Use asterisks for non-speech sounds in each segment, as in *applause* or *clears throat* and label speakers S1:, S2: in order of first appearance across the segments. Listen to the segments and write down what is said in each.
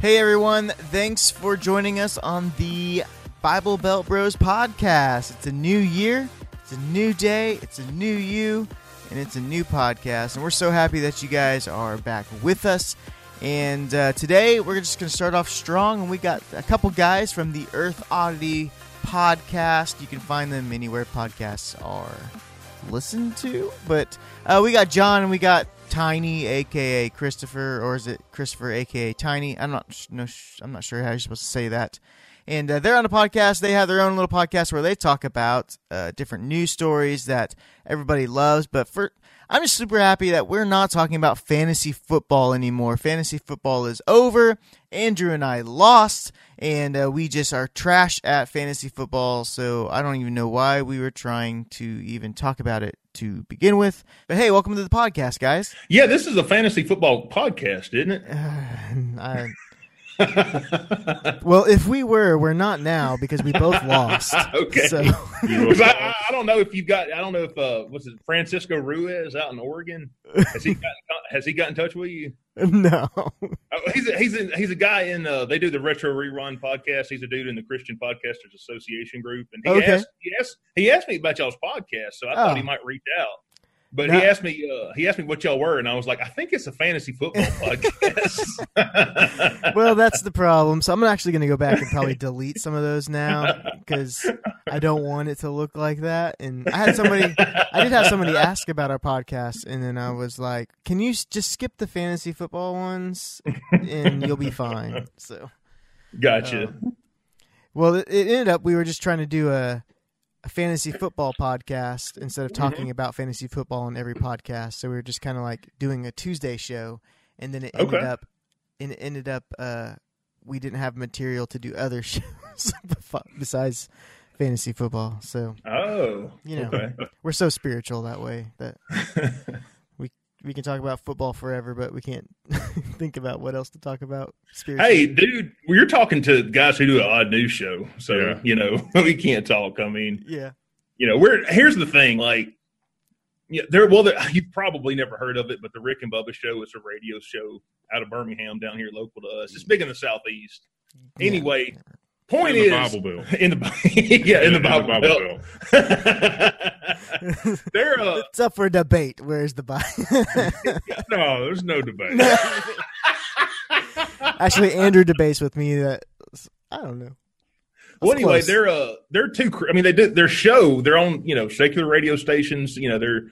S1: Hey everyone, thanks for joining us on the Bible Belt Bros podcast. It's a new year, it's a new day, it's a new you, and it's a new podcast. And we're so happy that you guys are back with us. And uh, today we're just going to start off strong, and we got a couple guys from the Earth Oddity podcast. You can find them anywhere podcasts are listened to. But uh, we got John and we got Tiny, aka Christopher, or is it Christopher, aka Tiny? I'm not sh- no, sh- I'm not sure how you're supposed to say that. And uh, they're on a podcast. They have their own little podcast where they talk about uh, different news stories that everybody loves. But for I'm just super happy that we're not talking about fantasy football anymore. Fantasy football is over. Andrew and I lost, and uh, we just are trash at fantasy football. So I don't even know why we were trying to even talk about it to begin with. But hey, welcome to the podcast, guys. *sighs*
S2: Yeah, this is a fantasy football podcast, isn't it?
S1: I, well, if we were, we're not now because we both lost.
S2: *laughs*
S1: *laughs*
S2: Okay.
S1: So, *laughs*
S2: 'Cause I, I- I don't know if you've got. I don't know if uh, what's it, Francisco Ruiz out in Oregon.
S1: *laughs*
S2: Has he got, has he got in touch with you?
S1: no.
S2: Oh, he's a, he's a, he's a guy in. Uh, they do the retro rerun podcast. He's a dude in the Christian Podcasters Association group, and he
S1: Okay.
S2: asked he asked he asked me about y'all's podcast, so I
S1: Oh.
S2: thought he might reach out. But
S1: No.
S2: he asked me uh, he asked me what y'all were, and I was like, I think it's a
S1: *laughs*
S2: fantasy football podcast.
S1: Well, that's the problem. So I'm actually going to go back and probably delete some of those now because I don't want it to look like that. And I had somebody, I did have somebody ask about our podcast, and then I was like, "Can you s- just skip the fantasy football ones, and you'll be fine." So.
S2: *laughs* gotcha.
S1: Um, well, it, it ended up we were just trying to do a, a fantasy football podcast instead of talking
S2: Mm-hmm.
S1: about fantasy football on every podcast. So we were just kind of like doing a Tuesday show, and then it ended
S2: Okay.
S1: up and it ended up uh, we didn't have material to do other *laughs* shows bef- besides fantasy football. So
S2: oh,
S1: you know
S2: okay.
S1: we're so spiritual that way that *laughs* we we can talk about football forever, but we can't *laughs* think about what else to talk about spiritually.
S2: Hey, dude, you're talking to guys who do an odd news show, so
S1: Yeah.
S2: you know *laughs* we can't talk. I mean,
S1: yeah,
S2: you know, we're here's the thing, like, yeah, there. Well, there, *laughs* you've probably never heard of it, but the Rick and Bubba Show is a radio show out of Birmingham, down here local to us. It's big in the southeast.
S1: Yeah. *laughs*
S2: Anyway, point
S3: in the
S2: is
S3: Bible Belt.
S2: *laughs* in the Bi- yeah in the Bible, Belt.
S3: Belt.
S2: *laughs* They're uh,
S1: It's up for debate. Where's the buy? *laughs*
S3: No, there's no debate.
S1: Actually, Andrew debates with me that I don't know. That's
S2: Well, anyway,
S1: close.
S2: they're uh, they're two. cr- I mean, they do their show. They're on you know secular radio stations. You know, they're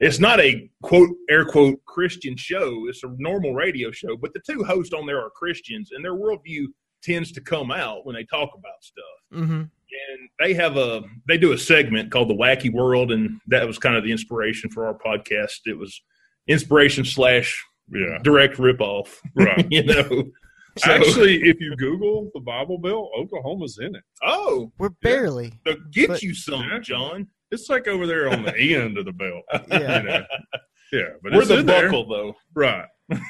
S2: it's not a quote air quote Christian show. It's a normal radio show, but the two hosts on there are Christians, and their worldview tends to come out when they talk about stuff. Mm-hmm.
S1: Mhm.
S2: And they have a they do a segment called the Wacky World, and that was kind of the inspiration for our podcast. It was inspiration slash *laughs*
S3: Yeah.
S2: direct ripoff,
S3: Right.
S2: you know. So,
S3: Actually, if you Google the Bible Belt, Oklahoma's in it.
S2: oh,
S1: We're
S2: *laughs*
S1: barely.
S2: so get
S1: But-
S2: you some,
S3: Yeah.
S2: John.
S3: It's like over there on the
S2: *laughs*
S3: end of the belt.
S1: Yeah.
S3: You know? Yeah, but
S2: We're
S3: it's
S2: the
S3: in there.
S2: buckle, though.
S3: Right.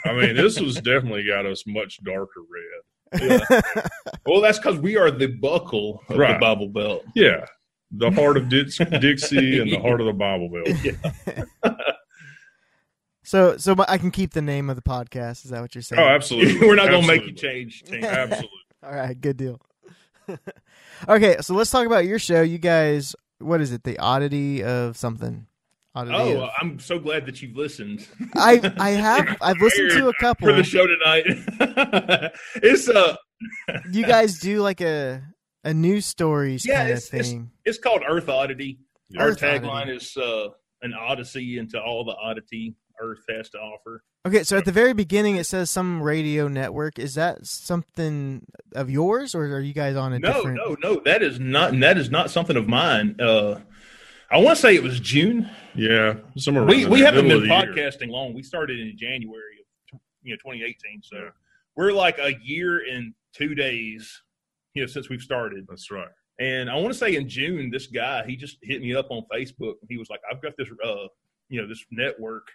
S3: I mean, this was definitely got us much darker red.
S2: Well, that's because we are the buckle of the
S3: Right.
S2: Bible Belt.
S3: Yeah. The heart of Dix- Dixie and the heart of the Bible
S2: *laughs*
S3: Belt.
S1: *laughs* so, so my- I can keep the name of the podcast. Is that what you're saying?
S3: Oh, absolutely.
S2: *laughs* We're not going to make you
S3: Absolutely.
S1: *laughs*
S2: change. change.
S3: Absolutely.
S1: All right, good deal. *laughs* okay, so let's talk about your show. You guys, what is it? The oddity of something. Oddity.
S2: Oh,
S1: of-
S2: I'm so glad that
S1: *laughs*
S2: you've listened
S1: I I
S2: *laughs*
S1: have I've listened to a couple.
S2: for the show tonight. *laughs* it's uh,
S1: You guys do like a a news stories
S2: Yeah,
S1: kind of
S2: it's- it's-
S1: thing.
S2: it's called Earth Oddity.
S3: Yeah.
S2: Our
S1: Earth
S2: tagline
S1: Oddity.
S2: is uh, an odyssey into all the oddity Earth has to offer.
S1: Okay, so at the very beginning it says some radio network. Is that something of yours, or are you guys on a
S2: no,
S1: different?
S2: no, no. That is not. and That is not something of mine. Uh, I want to say it was June.
S3: Yeah. Somewhere
S2: We
S3: around
S2: we
S3: there,
S2: haven't
S3: middle
S2: been
S3: of the year.
S2: podcasting long. We started in January of you know 2018, so we're like a year and two days, you know, since we've started.
S3: That's right.
S2: And I want to say in June, this guy he just hit me up on Facebook. He was like, "I've got this, uh, you know, this network,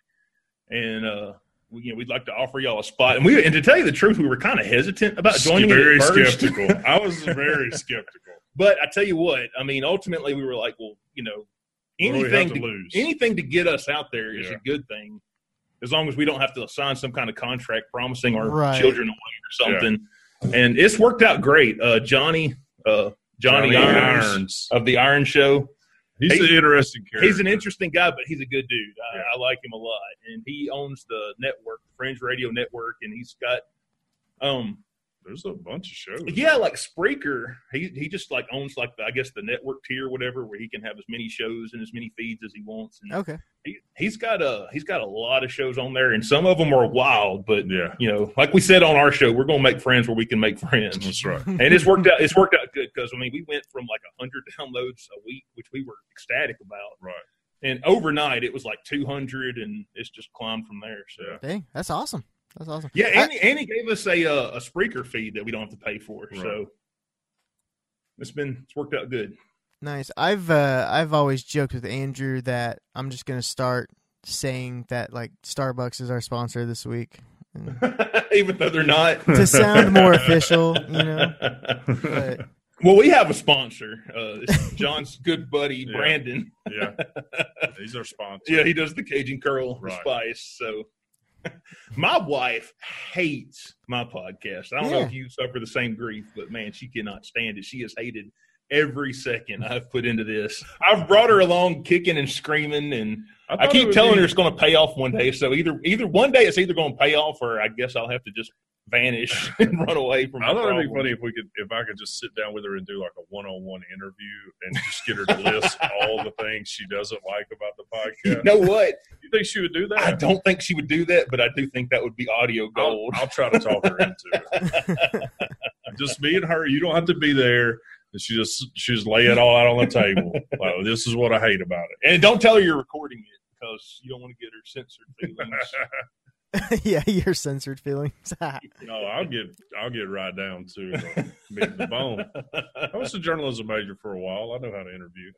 S2: and uh, we, you know, we'd like to offer y'all a spot." And we and to tell you the truth, we were kind of hesitant about joining it at
S3: very
S2: first.
S3: skeptical. I was
S2: *laughs*
S3: very skeptical.
S2: But I tell you what, I mean, ultimately we were like, well, you know,
S3: do we have
S2: anything
S3: to
S2: to,
S3: lose?
S2: anything to get us out there is
S3: Yeah.
S2: a good thing, as long as we don't have to sign some kind of contract promising our
S1: Right.
S2: children away or something. and it's worked out great. Uh, Johnny, uh, Johnny,
S3: Johnny
S2: Irons,
S3: Irons.
S2: of the Iron Show.
S3: He's
S2: He's-
S3: an interesting character.
S2: He's an interesting guy, but he's a good dude. I, I like him a lot, and he owns the network, the Fringe Radio Network, and he's got um
S3: There's a bunch of shows.
S2: yeah, like Spreaker, he he just like owns like the, I guess the network tier, whatever, where he can have as many shows and as many feeds as he wants. And
S1: Okay.
S2: he, he's got a he's got a lot of shows on there, and some of them are wild. But *laughs*
S3: Yeah.
S2: you know, like we said on our show, we're gonna make friends where we can make friends,
S1: *laughs*
S3: That's right.
S2: and it's worked out. It's worked out good because I mean, we went from like hundred downloads a week, which we were ecstatic about,
S3: Right.
S2: and overnight it was like two hundred, and it's just climbed from there. So.
S3: Yeah.
S1: Dang, that's awesome. That's awesome.
S2: Yeah,
S1: I-
S2: and, and he gave us a uh, a Spreaker feed that we don't have to pay for,
S3: Right.
S2: so it's been it's worked out good. *laughs*
S1: Nice. I've uh, I've always joked with Andrew that I'm just gonna start saying that like Starbucks is our sponsor this
S2: *laughs*
S1: week and
S2: Even though they're not. *laughs*
S1: to sound more official, you know. But *laughs*
S2: well, we have a sponsor. Uh, it's John's good buddy
S3: Yeah.
S2: Brandon.
S3: *laughs* yeah. He's our sponsor.
S2: Yeah, he does the Cajun curl the
S3: Right.
S2: spice. So, *laughs* my wife hates my podcast. I don't know
S1: Yeah.
S2: if you suffer the same grief, but man, she cannot stand it. She has hated every second I've put into this. I've brought her along, kicking and screaming, and I
S3: thought it
S2: keep
S3: would
S2: telling
S3: be-
S2: her it's going to pay off one day. So either either one day it's either going to pay off, or I guess I'll have to just vanish *laughs* and run away from.
S3: *laughs*
S2: my
S3: I thought it'd be
S2: problem.
S3: funny if we could, if I could just sit down with her and do like a one-on-one interview and just get her to
S2: *laughs*
S3: list all the things she doesn't like about the podcast.
S2: You know what?
S3: You think she would do that?
S2: I don't think she would do that, but I do think that would be audio
S3: I'll,
S2: gold.
S3: I'll try to talk her into it.
S2: *laughs*
S3: just me and her. You don't have to be there. And she just she just lay it all out on the table. Like, this is what I hate about it.
S2: And don't tell her you're recording it because you don't want to get her censored feelings.
S1: yeah, your censored feelings. *laughs*
S3: No, I'll get I'll get right down to uh, meat and the bone. I was a journalism major for a while. I know how to interview.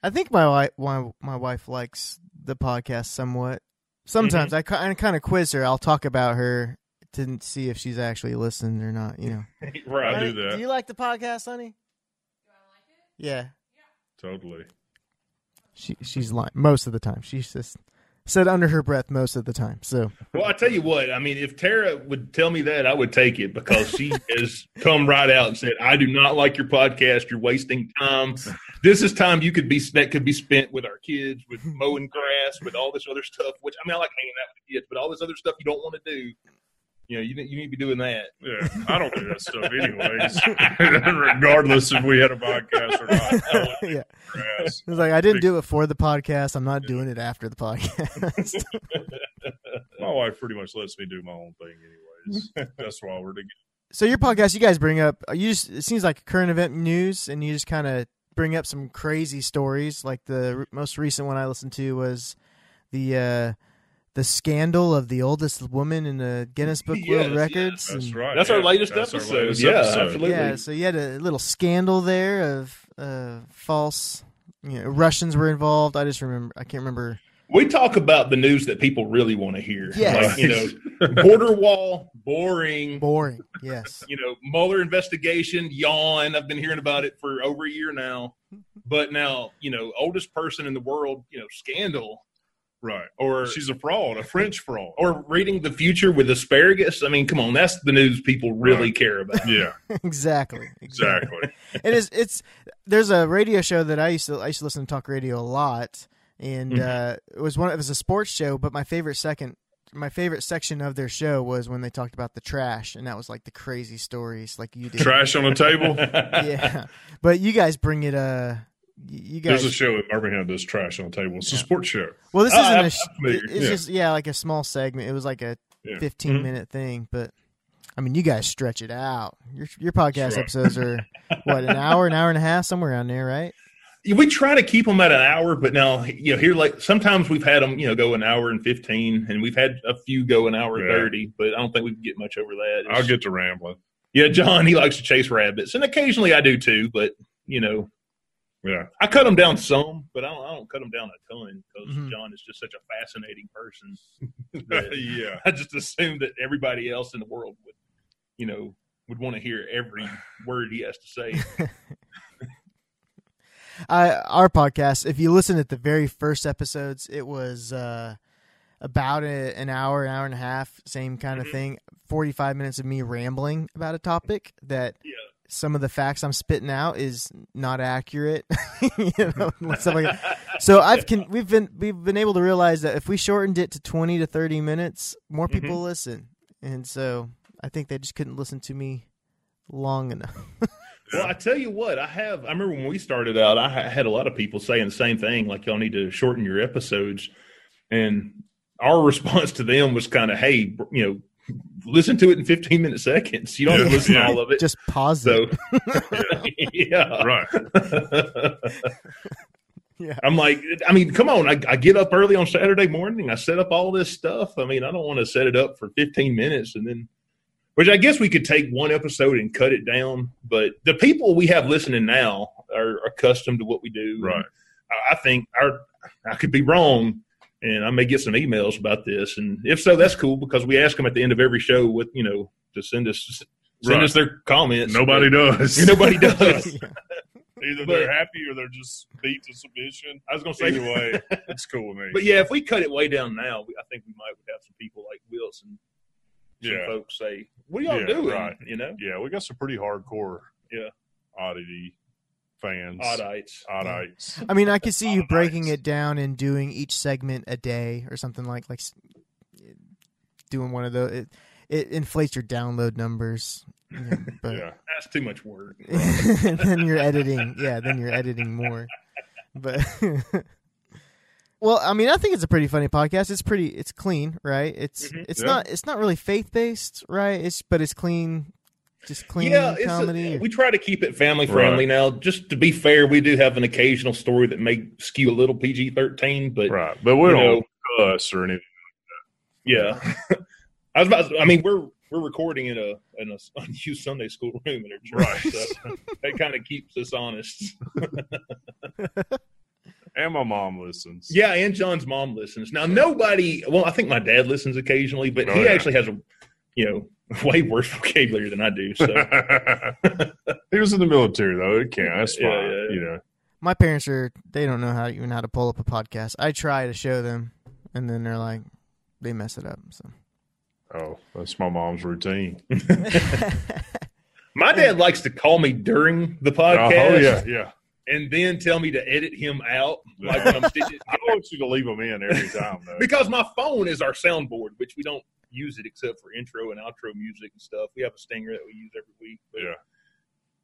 S1: I think my wife my, my wife likes the podcast somewhat. Sometimes
S3: Mm-hmm.
S1: I ki I kind of quiz her. I'll talk about her to see if she's actually listened or not. You know.
S3: I
S2: right.
S3: do that.
S1: you like the podcast, honey? Yeah.
S3: Totally.
S1: She she's lying most of the time. She's just said under her breath most of the time. So
S2: Well, I tell you what. I mean, if Tara would tell me that, I would take it because she has come right out and said, "I do not like your podcast. You're wasting time. This is time you could be that could be spent with our kids, with mowing grass, with all this other stuff. Which I mean, I like hanging out with the kids, but all this other stuff you don't want to do. You know, you you need to be doing that.
S3: Yeah, I don't do that stuff anyways. *laughs* Regardless if we had a podcast or not. I wouldn't
S1: *laughs* yeah,
S3: harass.
S1: it's like I didn't do it for the podcast. I'm not doing it after the podcast. *laughs*
S3: My wife pretty much lets me do my own thing anyways. That's why we're together.
S1: so your podcast, you guys bring up you just it seems like current event news, and you just kind of bring up some crazy stories. Like the r- most recent one I listened to was the uh, the scandal of the oldest woman in the Guinness Book
S2: Yes,
S1: World
S2: yes,
S1: Records.
S3: That's
S1: and-
S3: right.
S2: Hmm. That's our
S3: yeah.
S2: latest
S3: That's our
S2: episode.
S3: latest
S2: yeah,
S3: episode.
S2: absolutely.
S1: Yeah, so you had a little scandal there of uh, false you know, Russians were involved. I just remember I can't remember.
S2: We talk about the news that people really want to hear.
S1: Yes.
S2: Like, you know, border wall, boring.
S1: Boring. Yes. *laughs*
S2: You know, Mueller investigation, yawn. I've been hearing about it for over a year now. But now, you know, oldest person in the world, you know, scandal
S3: Right.
S2: or
S3: She's a fraud, a French fraud.
S2: or reading the future with asparagus. I mean, come on, that's the news people really
S3: Right.
S2: care about.
S3: Yeah,
S1: exactly.
S3: exactly.
S1: it is it's there's a radio show that I used to I used to listen to talk radio a lot and
S3: Mm-hmm.
S1: uh, it was one it was a sports show, but my favorite second my favorite section of their show was when they talked about the trash and that was like the crazy stories like you did.
S3: Trash on
S2: *laughs*
S3: a table.
S1: Yeah. But you guys bring it uh y- you guys
S3: There's a show in Birmingham that's trash on a table. It's a sports show.
S1: Well, this
S2: Oh,
S1: isn't
S2: I'm-
S1: a. Sh-
S2: I'm familiar.
S1: it's
S3: Yeah.
S1: just yeah, like a small segment. It was like a
S3: Yeah. Mm-hmm.
S1: 15
S2: Mhm.
S1: minute thing, but I mean, you guys stretch it out. Your your podcast
S3: That's right.
S1: episodes are what an hour, an hour and a half, somewhere around there, right?
S2: we try to keep them at an hour, but now you know here like sometimes we've had them you know go an hour and fifteen, and we've had a few go an hour and
S3: Yeah.
S2: thirty, but I don't think we can get much over that.
S3: I'll get to rambling.
S2: yeah, John he likes to chase rabbits, and occasionally I do too, but you know
S3: Yeah,
S2: I cut them down some, but I don't I don't cut them down a ton because
S1: Mhm.
S2: John is just such a fascinating person. *laughs*
S3: *laughs*
S2: that
S3: yeah.
S2: I just assumed that everybody else in the world would you know would want to hear every word he has to say.
S1: I our podcast. If you listen at the very first episodes, it was uh, about a, an hour, an hour and a half, same kind
S2: Mm-hmm.
S1: of thing. 45 minutes of me rambling about a topic that
S2: Yeah.
S1: some of the facts I'm spitting out is not accurate. *laughs*
S2: *laughs*
S1: you know, stuff like that. So I've can we've been we've been able to realize that if we shortened it to 20 to 30 minutes, more
S2: Mm-hmm.
S1: people listen. And so I think they just couldn't listen to me long enough.
S2: Well, I tell you what, I have. I remember when we started out, I ha- had a lot of people saying the same thing, like y'all need to shorten your episodes. And our *laughs* response to them was kind of, hey, br- you know, listen to it in 15 minute seconds. You don't have to
S3: Yeah.
S2: listen to
S3: Yeah.
S2: all of it.
S1: just pause
S2: *laughs*
S3: *laughs*
S2: so,
S1: it.
S2: yeah. *laughs*
S3: Right. *laughs*
S1: Yeah.
S2: I'm like, I mean, come on. I, I get up early on Saturday morning. I set up all this stuff. I mean, I don't want to set it up for 15 minutes and then, which I guess we could take one episode and cut it down. But the people we have listening now are accustomed to what we do.
S3: Right.
S2: I, I think our, I could be wrong. And I may get some emails about this, and if so, that's cool because we ask them at the end of every show what you know to send us send
S3: Right.
S2: us their comments.
S3: Nobody does.
S2: *laughs* nobody does.
S1: Yeah.
S3: *laughs* Either
S2: But-
S3: they're happy or they're just beat to submission. I was gonna
S2: say- *laughs*
S3: either way, it's cool with me.
S2: But yeah, if we cut it way down now, we- I think we might have some people like Wilson, some
S3: yeah,
S2: folks say, "What are y'all
S3: Yeah,
S2: doing?"
S3: right.
S2: You know,
S3: yeah, we got some pretty hardcore,
S2: Yeah.
S3: oddity fans,
S2: oddites.
S3: oddites.
S1: I mean, I could see you
S3: Autobots.
S1: breaking it down and doing each segment a day or something like like s- doing one of those. It, it inflates your download numbers, you know, but
S3: Yeah,
S2: That's too much work.
S1: *laughs* and then you're editing. Yeah, then you're editing more. But *laughs* well, I mean, I think it's a pretty funny podcast. It's pretty, it's clean, right? It's
S2: Mhm.
S1: it's
S3: Yeah.
S1: not it's not really faith based, right? It's but it's clean, just clean
S2: yeah, it's a-
S1: comedy.
S2: we try to keep it family friendly now. Just to be fair, we do have an occasional story that may skew a little PG thirteen, but
S3: right. But we
S2: You
S3: don't cuss or anything.
S2: yeah, *laughs* I was about. I mean, we're we're recording in a in *laughs* a unused Sunday school room in a church,
S3: Right.
S2: so that kind of keeps us honest.
S3: And my mom listens.
S2: Yeah, and John's mom listens. Now nobody well, I think my dad listens occasionally, but
S3: Oh,
S2: he
S3: yeah.
S2: actually has a you know, *laughs* way worse vocabulary than I do. So
S3: *laughs* *laughs* he was in the military though. It can't. That's fine.
S2: Yeah, yeah, yeah.
S3: You know.
S1: My parents are they don't know how even how to pull up a podcast. I try to show them, and then they're like, they mess it up.
S2: *laughs*
S1: So
S3: Oh, that's my mom's routine.
S2: my dad likes to call me during the *laughs* podcast
S3: Oh yeah, yeah.
S2: and then tell me to edit him
S3: *laughs*
S2: out like when I'm stitching
S3: I want you to leave them in every time
S2: *laughs*
S3: though.
S2: because my phone is our soundboard, which we don't use it except for intro and outro music and stuff. We have a stinger that we use every week. But,
S3: Yeah.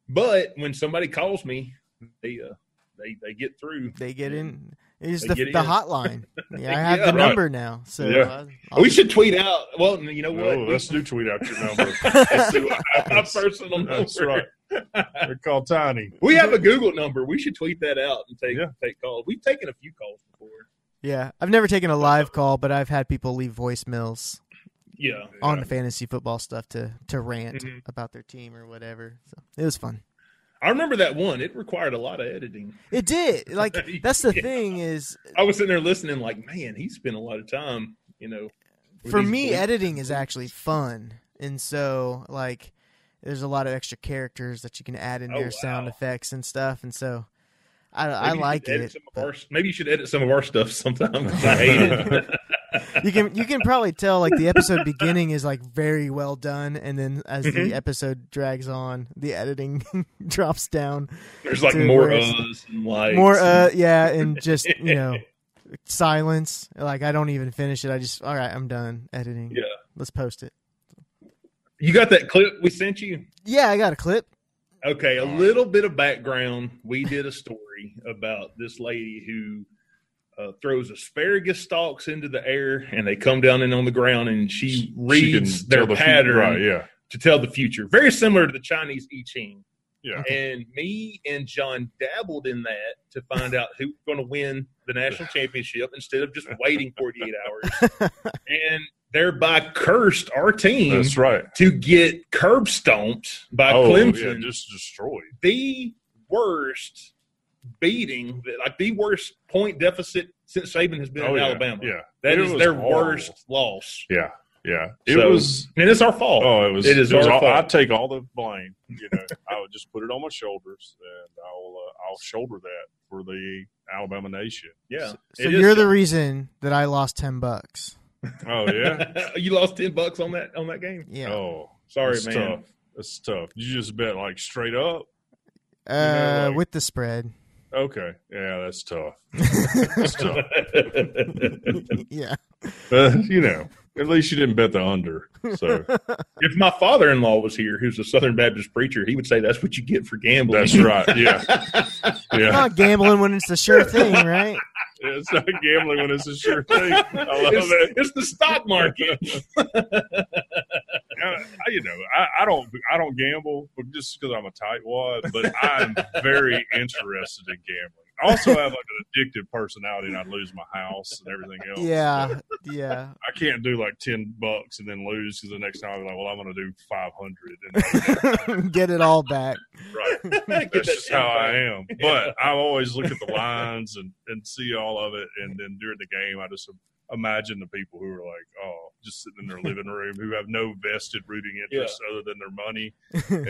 S2: but when somebody calls me, they uh, they they get through.
S1: they get in. It's
S2: They
S1: the,
S2: get
S1: the
S2: in.
S1: hotline.
S2: *laughs*
S1: Yeah, I have
S2: Yeah.
S1: the
S3: Right.
S1: number now. So
S3: Oh, Yeah.
S1: I-
S3: Oh,
S1: I'll
S2: We should tweet out. Well, you know what?
S3: No,
S2: We-
S3: let's do tweet out your number. *laughs* Let's see what
S2: my
S3: happens.
S2: personal number.
S3: That's right. They're *laughs* called tiny.
S2: *laughs* We have a Google number. We should tweet that out and take
S3: Yeah.
S2: take calls. We've taken a few calls before.
S1: Yeah, I've never taken a live call, but I've had people leave voicemails
S2: Yeah.
S1: on fantasy football stuff to to rant
S2: Mhm.
S1: about their team or whatever. So it was fun.
S2: I remember that one. It required a lot of editing.
S1: It did.
S2: *laughs*
S1: Like that's the thing is
S2: I was sitting there listening, like, man, he spent a lot of time, you know. with
S1: for
S2: these
S1: me
S2: voice-
S1: editing is actually fun. And so like there's a lot of extra characters that you can add in
S2: Oh,
S1: your sound
S2: wow.
S1: effects and stuff and so I,
S2: Maybe
S1: I
S2: you should
S1: like
S2: edit
S1: it.
S2: some of
S1: but-
S2: our- maybe you should edit some of our stuff *laughs* sometime 'cause I hate it.
S1: *laughs* *laughs* you can you can probably tell like the episode
S2: *laughs*
S1: beginning is like very well done and then as
S2: Mhm.
S1: the episode drags on the editing *laughs* drops down
S2: There's like
S1: Dude,
S2: more
S1: where it's-
S2: uhs and like
S1: more uh yeah and just you
S2: *laughs*
S1: know silence like i don't even finish it i just all right i'm done editing
S2: Yeah.
S1: let's post it
S2: You got that clip we sent you?
S1: yeah i got a clip
S2: Okay, a little bit of background. We did a story about this lady who uh, throws asparagus stalks into the air, and they come down and on the ground, and she
S3: She can
S2: reads
S3: tell
S2: their
S3: the fu-
S2: pattern
S3: Right, yeah.
S2: to tell the future. Very similar to the Chinese I Ching.
S3: Yeah.
S2: And me and John dabbled in that to find out who was going to win the
S3: *laughs*
S2: national championship instead of just waiting 48 hours, and thereby cursed our team
S3: That's right.
S2: to get curb stomped by
S3: oh,
S2: Clemson
S3: yeah, just destroyed.
S2: the worst beating that like the worst point deficit since Saban has been
S3: oh,
S2: in
S3: yeah,
S2: Alabama.
S3: Yeah.
S2: that
S3: It
S2: is
S3: was
S2: their
S3: horrible.
S2: worst loss.
S3: Yeah. Yeah. It
S2: So-
S3: was
S2: And it's our fault.
S3: Oh, it was
S2: It is
S3: was
S2: our
S3: all-
S2: fault.
S3: I take all the blame, you know. *laughs* I would just put it on my shoulders and I'll uh, I'll shoulder that for the Alabama nation.
S2: yeah.
S1: so
S2: It is
S1: you're the
S2: our-
S1: reason that i lost 10 bucks
S3: Oh
S2: *laughs*
S3: yeah.
S2: you lost ten bucks on that on that game.
S1: Yeah.
S3: Oh,
S2: Sorry,
S3: that's
S2: man.
S3: Tough. That's tough. You just bet like straight up.
S1: uh,
S3: like-
S1: with the spread. *laughs*
S3: Okay. Yeah, that's tough.
S2: *laughs*
S3: That's tough.
S1: yeah.
S3: Uh, you know, at least you didn't bet the under. So
S2: if my father-in-law was here, who's a Southern Baptist preacher, he would say that's what you get for gambling. *laughs*
S3: that's right. Yeah.
S1: You're
S3: Yeah.
S1: not gambling when it's the sure thing, right?
S3: It's not gambling when it's a sure thing. I love
S2: it's,
S3: it.
S2: it's the stock
S3: *laughs*
S2: market. *laughs*
S3: I, I- you know, I, I don't, I don't gamble, but just because I'm a tightwad. But I'm very interested in gambling. I also have like an addictive personality, and I lose my house and everything else.
S1: Yeah. Yeah. *laughs*
S3: I can't do like ten bucks and then lose because the next time I'm like, well, I'm going to do five hundred. And
S1: Get it all back. *laughs*
S3: right,
S2: Get
S3: that's
S2: that
S3: just how I
S2: $10. *laughs*
S3: am. But I always look at the lines and and see all of it, and then during the game, I just. Imagine the people who are like, oh, just sitting in their living room, who have no vested rooting interest other than their money.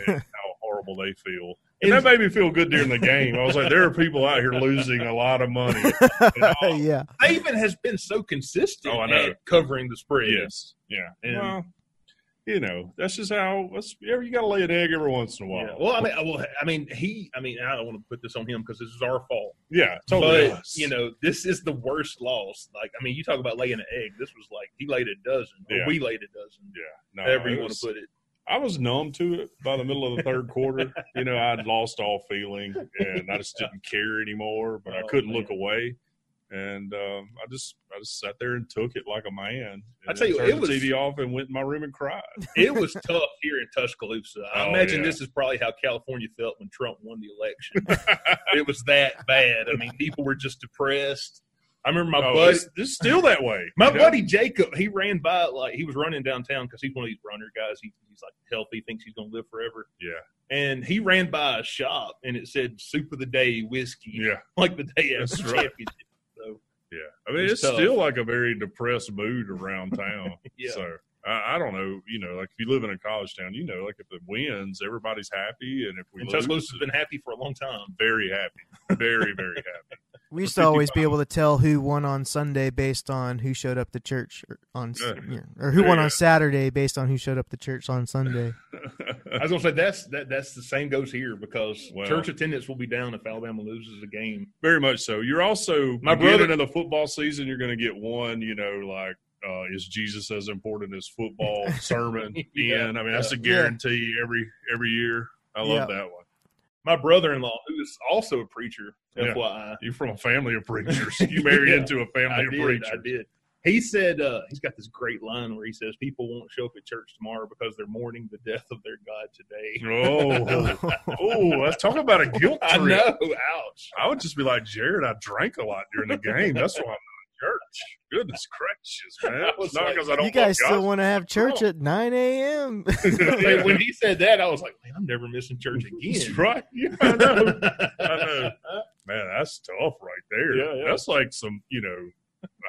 S2: *laughs*
S3: and how horrible they feel. And that made me feel good during the game. I was like, there are people out here losing a lot
S2: *laughs*
S3: of money.
S1: yeah.
S2: Saban has been so consistent
S3: Oh, I know.
S2: at covering the spread.
S3: Yes. Yeah. And,
S2: Well,
S3: you know, that's just how that's, yeah, you got to lay an egg every once in a
S2: Yeah.
S3: while.
S2: Well, I mean, I- well, I mean, he. I mean, I don't want to put this on him because this is our fault.
S3: Yeah. Totally.
S2: but you know, this is the worst loss. Like, I mean, you talk about laying an egg. This was like he laid a dozen, or
S3: Yeah.
S2: we laid a dozen.
S3: no,
S2: however
S3: it
S2: you want
S3: was-
S2: to
S3: *laughs*
S2: put it.
S3: I was numb to it by the middle of the third
S2: *laughs*
S3: quarter. You know, I'd lost all feeling and I just didn't care anymore, but I
S2: Oh,
S3: couldn't
S2: man.
S3: look away. And um, I just I just sat there and took it like a man.
S2: I
S3: And
S2: tell you,
S3: turned
S2: it was-
S3: the TV off and went in my room and cried.
S2: It was tough here in Tuscaloosa. I
S3: Oh,
S2: imagine
S3: yeah.
S2: this is probably how California felt when Trump won the election. it was that bad. I mean, people were just depressed. I remember my
S3: Oh,
S2: buddy.
S3: it's, it's still that way.
S2: *laughs* My
S3: you know?
S2: buddy Jacob, he ran by like he was running downtown because he's one of these runner guys. He, he's like healthy, thinks he's gonna live forever.
S3: Yeah.
S2: And he ran by a shop and it said soup of the day whiskey,
S3: Yeah.
S2: *laughs* like the day after
S3: That's
S2: the
S3: right.
S2: championship.
S3: *laughs*
S2: So
S3: Yeah, I mean,
S2: It's
S3: it's,
S2: tough.
S3: still like a very depressed mood around town.
S2: *laughs* yeah,
S3: So I, I don't know. You know, like if you live in a college town, you know, like if it wins, everybody's happy, and if we
S2: and
S3: lose,
S2: Tuscaloosa's been happy for a long time.
S3: very happy, very
S2: *laughs*
S3: very happy.
S1: We used to always be able to tell who won on Sunday based on who showed up to church or on s-
S3: Yeah.
S1: you know, or who
S3: There
S1: won
S3: you
S1: on
S3: go.
S1: Saturday based on who showed up to church on Sunday.
S3: *laughs*
S2: I was gonna say that's that that's the same goes here because
S3: Well.
S2: church attendance will be down if Alabama loses a game.
S3: very much so. You're also
S2: My
S3: my beginning
S2: brother-
S3: of the football season. You're going to get one. You know, like. Uh, is Jesus as important
S2: *laughs*
S3: as football sermon?
S2: Yeah.
S3: And I mean, that's a
S2: Yeah.
S3: guarantee every every year. I love that one.
S2: My brother in law, who is also a preacher,
S3: Yeah.
S2: FYI.
S3: You're from a family
S2: *laughs*
S3: of preachers. You married
S2: Yeah.
S3: into a
S2: I
S3: family of
S2: did,
S3: preachers.
S2: I did. He said uh, he's got this great line where he says people won't show up at church tomorrow because they're mourning the death of their God
S3: *laughs*
S2: today.
S3: Oh, oh, let's talk
S2: *laughs*
S3: about a guilt
S2: I
S3: trip.
S2: know. Ouch.
S3: I would just be like, Jared, I drank a lot during the game. That's why I'm not in church. Goodness gracious,
S2: *laughs*
S3: man.
S2: was
S3: It's not
S2: like,
S3: because I
S1: *laughs*
S3: don't
S1: you guys
S3: love
S1: still
S3: God.
S1: want to have church at 9 a.m. *laughs*
S3: *laughs*
S2: Like, when he said that, I was like, man, I'm never missing church again.
S3: That's
S2: *laughs*
S3: right. Yeah, I know. I know. Man, that's tough right there.
S2: Yeah, yeah.
S3: That's like some, you know,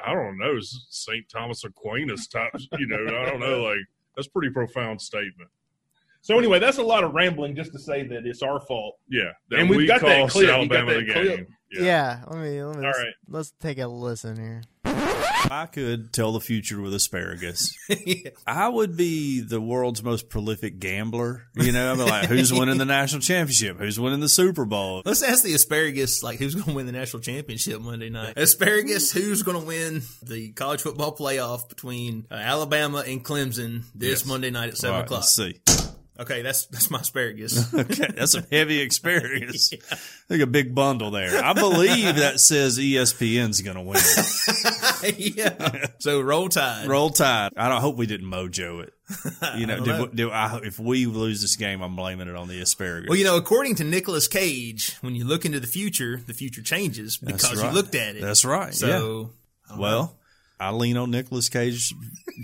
S3: I don't know, St. Thomas Aquinas type, you know, I don't know. Like, that's a pretty profound statement.
S2: *laughs* So anyway, that's a lot of rambling just to say that it's our fault.
S3: Yeah. That
S2: And we've
S3: we
S2: got that
S3: cost
S2: clip. You got
S3: Alabama
S2: that
S3: the
S2: clip.
S3: game.
S1: yeah. let me, let me
S2: All
S1: let's,
S2: right.
S1: let's take a listen here.
S4: I could tell the future with asparagus.
S5: *laughs*
S4: I would be the world's most prolific gambler. You know, I'd be like, who's winning the national championship? Who's winning the Super Bowl?
S5: Let's ask the asparagus, like who's going to win the national championship Monday night? Asparagus, who's going to win the college football playoff between uh, Alabama and Clemson this
S3: Yes.
S5: Monday night at seven
S4: All right,
S5: o'clock?
S4: Let's see. *laughs*
S5: Okay, that's that's my asparagus. *laughs*
S4: Okay, that's some heavy asparagus. Like a big bundle there. I believe that says E ESPN's going to
S5: *laughs*
S4: win.
S5: yeah. So roll tide.
S4: Roll Tide. I don't hope we didn't mojo it. You know,
S5: *laughs* I don't
S4: do,
S5: know.
S4: do I, if we lose this game, I'm blaming it on the asparagus.
S5: Well, you know, according to Nicolas Cage, when you look into the future, the future changes
S4: That's
S5: because
S4: right.
S5: you looked at it.
S4: That's right. yeah.
S5: so. I don't know.
S4: Well, I lean on Nicolas Cage,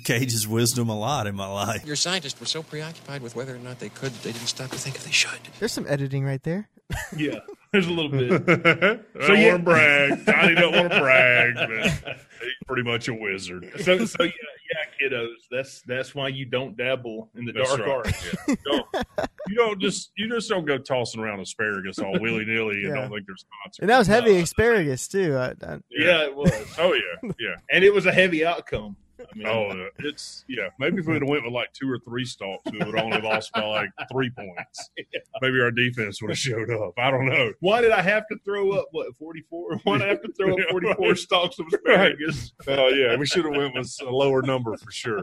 S4: Cage's wisdom a lot in my life.
S6: Your scientists were so preoccupied with whether or not they could, they didn't stop to think if they should.
S1: There's some editing right there.
S2: Yeah, *laughs* there's a little bit.
S3: *laughs* *laughs* I don't
S2: yeah-
S3: want to brag. Johnny don't want to brag,
S2: *laughs*
S3: but he's pretty much a wizard.
S2: So, so yeah, yeah, kiddos. That's that's why you don't dabble in the
S3: That's
S2: dark
S3: right.
S2: arts. *laughs*
S3: don't, you don't just you just don't go tossing around asparagus all willy nilly and
S1: Yeah.
S3: don't think there's consequences.
S1: And that was heavy asparagus too. I, I,
S2: Yeah. it was,
S3: Oh yeah, yeah.
S2: and it was a heavy outcome. I I mean,
S3: Oh, uh, it's yeah. Maybe if we would have went with like two or three stops, we would only have lost by like three
S2: *laughs*
S3: points. Maybe our defense would have showed up. I don't know.
S2: why did I have to throw up what forty four? *laughs* Why did I have to
S3: *laughs*
S2: throw up forty four stalks of asparagus?
S3: Oh yeah, we should have went with a lower number for sure.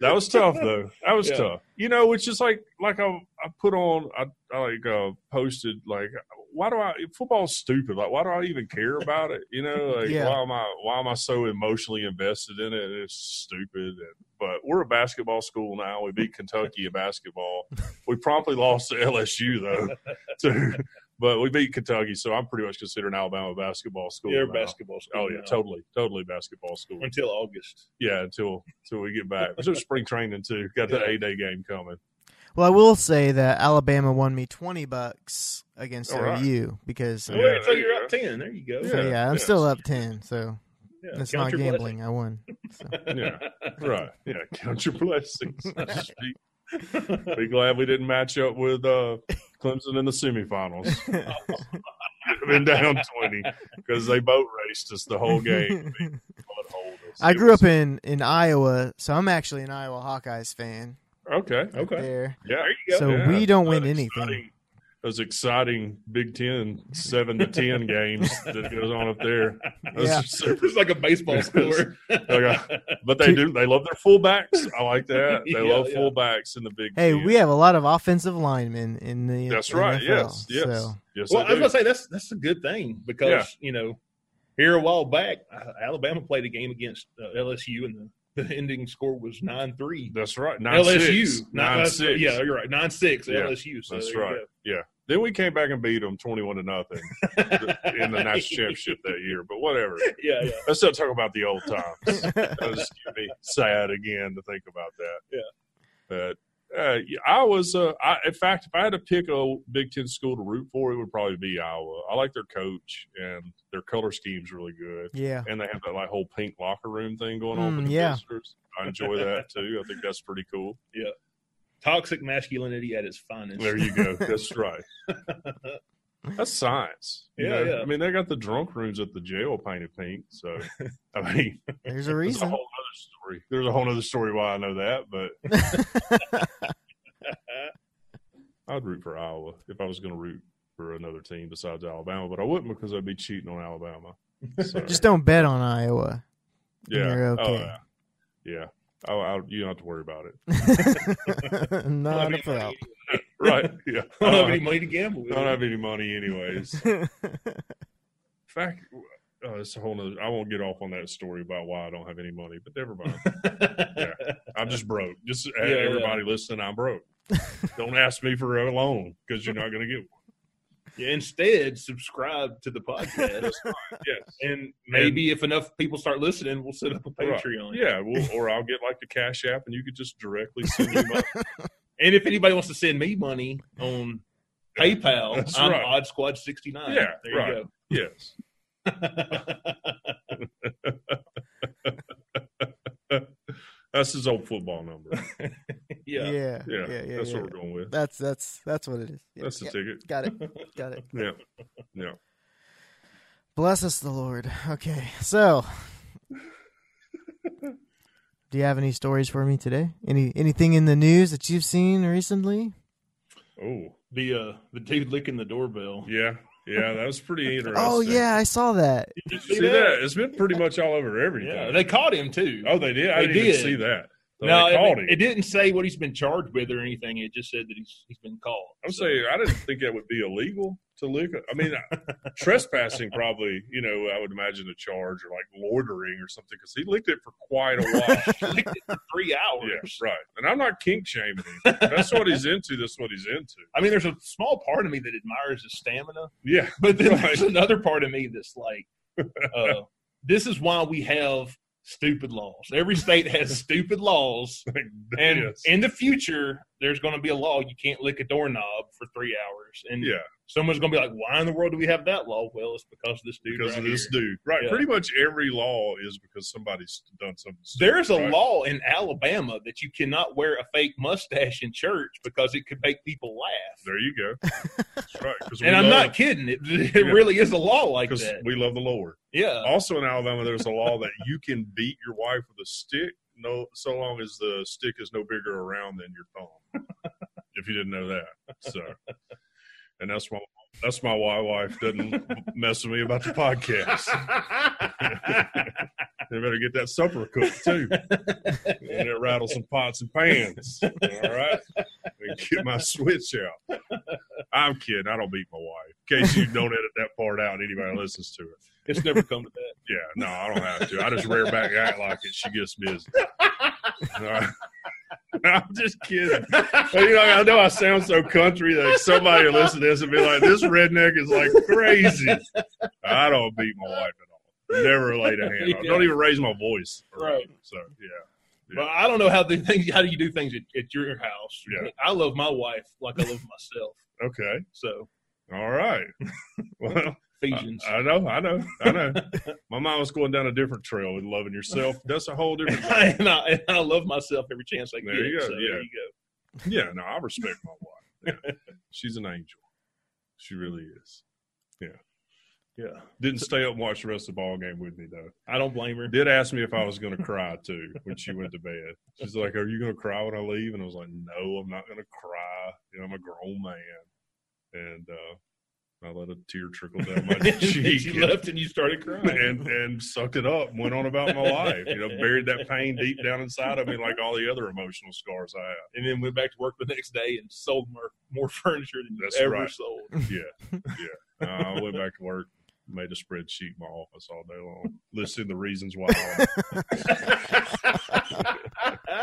S3: that was tough though. That was
S2: Yeah.
S3: tough. You know, it's just like like I I put on I, I like uh, posted like why do I football's stupid? Like why do I even care about it? You know, like
S1: Yeah.
S3: why am I why am I so emotionally invested in it? It's stupid. And, but we're a basketball school now. We beat Kentucky in basketball. We promptly lost to LSU though. *laughs* too. But we beat Kentucky, so I'm pretty much considering Alabama basketball school.
S2: They're
S3: now.
S2: basketball. School
S3: Oh yeah,
S2: now.
S3: totally, totally basketball school.
S2: Until August.
S3: Yeah, until until we get back. *laughs* So spring training too. Got the A day game *laughs* coming.
S1: Well, I will say that Alabama won me twenty bucks against
S3: All right.
S1: OU because
S3: Yeah,
S2: Oh, yeah, so
S3: there you
S2: you're up ten. There you go.
S1: so, yeah, I'm
S3: yeah.
S1: still up ten, so
S2: Yeah,
S1: that's not
S2: count your
S1: gambling. I won. So.
S2: *laughs*
S3: Yeah, *laughs* right. Yeah, count your *laughs* blessings. Be, *laughs* be glad we didn't match up with uh, Clemson in the semifinals. *laughs* We'd have been down twenty because they boat raced us the
S1: *laughs*
S3: whole *laughs* game. Buttholed us.
S1: I
S3: It
S1: grew up
S3: was-
S1: in in Iowa, so I'm actually an Iowa Hawkeyes fan.
S3: okay.
S2: Okay.
S1: There,
S3: Yeah, there you go.
S1: so
S3: Yeah.
S1: we don't win
S3: That
S1: anything.
S3: exciting- Those exciting Big Ten seven to *laughs* ten games that goes on up there. Those
S1: Yeah.
S3: are
S2: *laughs*
S3: super
S2: It's like a
S3: *laughs*
S2: baseball score. *laughs*
S3: Okay. But they do. They love their fullbacks.
S1: *laughs*
S3: I like that. They
S2: Yeah,
S3: love
S2: yeah.
S3: fullbacks in the big.
S1: Hey,
S3: Ten.
S1: we have a lot of offensive linemen in the
S3: That's
S1: NFL,
S3: right. Yes. Yes.
S1: so- *laughs*
S3: Yes.
S2: well,
S3: they
S2: I was
S3: do.
S2: gonna say that's that's a good thing because
S3: Yeah.
S2: you know here a while back uh, Alabama played a game against uh, LSU and the, the ending score was nine three.
S3: That's right. Nine
S2: LSU
S3: six.
S2: Not-
S3: Nine
S2: uh,
S3: six.
S2: Yeah, you're right. Nine six
S3: Yeah,
S2: LSU. So
S3: that's
S2: there you
S3: right. Yeah. Then we came back and beat them twenty-one to nothing
S2: *laughs* go.
S3: *laughs* in
S2: *laughs*
S3: the national championship that year. But whatever.
S2: yeah, yeah.
S3: Let's not talk about the old times. That'll just get me sad again to think about that.
S2: Yeah.
S3: But uh, yeah, I was, uh, I, in fact, if I had to pick a Big Ten school to root for, it would probably be Iowa. I like their coach and their color scheme's really good.
S1: yeah.
S3: and they have that like whole pink locker room thing going on
S1: Mm,
S3: with the
S1: yeah.
S3: visitors. I enjoy that too. I think that's pretty cool.
S2: Toxic masculinity at its finest.
S3: There you go.
S2: *laughs*
S3: That's right. That's science. you
S2: Yeah, yeah.
S3: I mean, they got the drunk rooms at the jail painted pink. So, I mean,
S1: There's a
S3: there's a
S1: reason.
S3: whole other story. There's a whole other story why I know that, but *laughs* I'd root for Iowa if I was going to root for another team besides Alabama, but I wouldn't because I'd be cheating on Alabama. So,
S1: *laughs* Just don't bet on Iowa. *laughs* you're okay.
S3: yeah. yeah. I, I, you don't have to worry about it. *laughs*
S1: Not a problem.
S3: Right. Yeah.
S2: *laughs* I don't have any money to gamble with.
S3: *laughs* I don't have any money anyways. In
S1: *laughs*
S3: fact, oh, it's a whole nother, I won't get off on that story about why I don't have any money, but never mind. I'm just broke. Just uh,
S2: Yeah, yeah.
S3: everybody listen, I'm broke. don't ask me for a loan because you're not going to get one.
S2: *laughs* Yeah, instead, subscribe to the
S3: *laughs*
S2: podcast.
S3: Yes.
S2: and maybe if enough people start listening, we'll set up a
S3: Right.
S2: Patreon.
S3: Yeah. Well, or I'll get like the Cash App and you could just directly send me money.
S2: And if anybody wants to send me money on PayPal,
S3: That's
S2: I'm
S3: right.
S2: Odd Squad 69.
S3: Yeah,
S2: there
S3: right.
S2: you
S3: yes.
S2: go.
S3: That's his old football number.
S1: Yeah.
S2: *laughs* yeah.
S1: Yeah.
S3: Yeah.
S1: Yeah. Yeah.
S3: that's
S1: yeah.
S3: what we're going with.
S1: That's that's that's what it is. Yeah,
S3: that's the
S1: yeah.
S3: ticket.
S1: Got
S3: *laughs*
S1: it. Got it.
S3: Yeah.
S1: Bless us the Lord. Okay. So Do you have any stories for me today? Any anything in the news that you've seen recently?
S3: Oh,
S2: The uh, the dude licking the doorbell.
S3: yeah. Yeah. That was pretty interesting.
S1: Oh yeah, I saw that.
S3: *laughs* Did you see that? It's been pretty much all over everything.
S2: Yeah, they caught him too.
S3: Oh, they did. I
S2: They
S3: didn't
S2: did.
S3: even see that. So
S2: no,
S3: they called
S2: it,
S3: him.
S2: it didn't say what he's been charged with or anything. It just said that he's he's been called.
S3: I'm
S2: So, *laughs*
S3: saying I didn't think that would be illegal to lick. a- I mean, trespassing probably. You know, I would imagine a charge or like loitering or something because he licked it for quite
S2: *laughs*
S3: a while.
S2: he licked it for three hours.
S3: yeah, right. And I'm not kink shaming him. If That's what he's into. That's what he's into.
S2: I mean, there's a small part of me that admires his stamina,
S3: Yeah, *laughs*
S2: but then
S3: Right.
S2: there's another part of me that's like,
S3: *laughs*
S2: uh, this is why we have stupid laws. Every state
S3: *laughs*
S2: has stupid laws, and
S3: Yes.
S2: in the future, there's going to be a law you can't lick a doorknob for three hours, and
S3: yeah,
S2: Someone's going to be like, "Why in the world do we have that law?" Well, it's because of this dude.
S3: because
S2: right
S3: of this
S2: here.
S3: dude. Right.
S2: Yeah.
S3: Pretty much every law is because somebody's done something. stupid,
S2: There's a
S3: right?
S2: law in Alabama that you cannot wear a fake mustache in church because it could make people laugh.
S3: There you
S2: *laughs*
S3: go. That's right. 'cause we
S2: And I'm
S3: love-
S2: not kidding. It, *laughs* it
S3: Yeah.
S2: really is a law like
S3: because
S2: that.
S3: we love the Lord.
S2: yeah.
S3: Also in Alabama, there's a law that you can beat your wife with a stick, no, so long as the stick is no bigger around than your thumb. *laughs* if you didn't know that, so and that's why that's my why wife doesn't mess with me about the podcast. they better get that supper cooked too, and it rattles some pots and pans. All right, and get my switch out. I'm kidding. I don't beat my wife. In case you don't edit that part out, and anybody listens to it.
S2: It's never come to that.
S3: Yeah, no, I don't have to. I just rear back and act like it. She gets
S2: *laughs*
S3: busy. All right. I'm just kidding. You know, I know I sound so country that somebody will listen to this and be like, "This redneck is like crazy." I don't beat my wife at all. Never laid a hand. on. Don't even raise my voice.
S2: Right.
S3: So yeah,
S2: But I don't know how the *laughs* things how do you do things at, at your house.
S3: Yeah.
S2: I love my wife like I love myself.
S3: okay,
S2: So
S3: all right. *laughs* Well,
S2: Ephesians. *laughs*
S3: I, I know, I know, I know. My mom was going down a different trail with loving yourself. That's a whole different.
S2: and, I, and I love myself every chance I
S3: There
S2: get.
S3: you go,
S2: so
S3: yeah.
S2: there you
S3: *laughs*
S2: go.
S3: Yeah, no, I respect my wife. Yeah. She's an angel. She really is.
S2: Yeah.
S3: Didn't stay up and watch the rest of the ball game with me though.
S2: I don't blame her.
S3: Did ask me if I was going to cry too when she went to bed. She's like, "Are you going to cry when I leave?" And I was like, "No, I'm not going to cry. You know, I'm a grown man." And uh, I let a tear trickle
S2: *laughs*
S3: down my
S2: And then
S3: cheek
S2: she left and you started crying.
S3: and and sucked it up and went on about my life. You know, buried that pain deep down inside of me like all the other emotional scars I have.
S2: and then went back to work the next day and sold more, more *laughs* furniture than you
S3: That's
S2: ever
S3: right.
S2: sold. *laughs*
S3: *laughs* Yeah, yeah. Uh, I went back to work, made a spreadsheet in my office all day long, listing the reasons why. *laughs*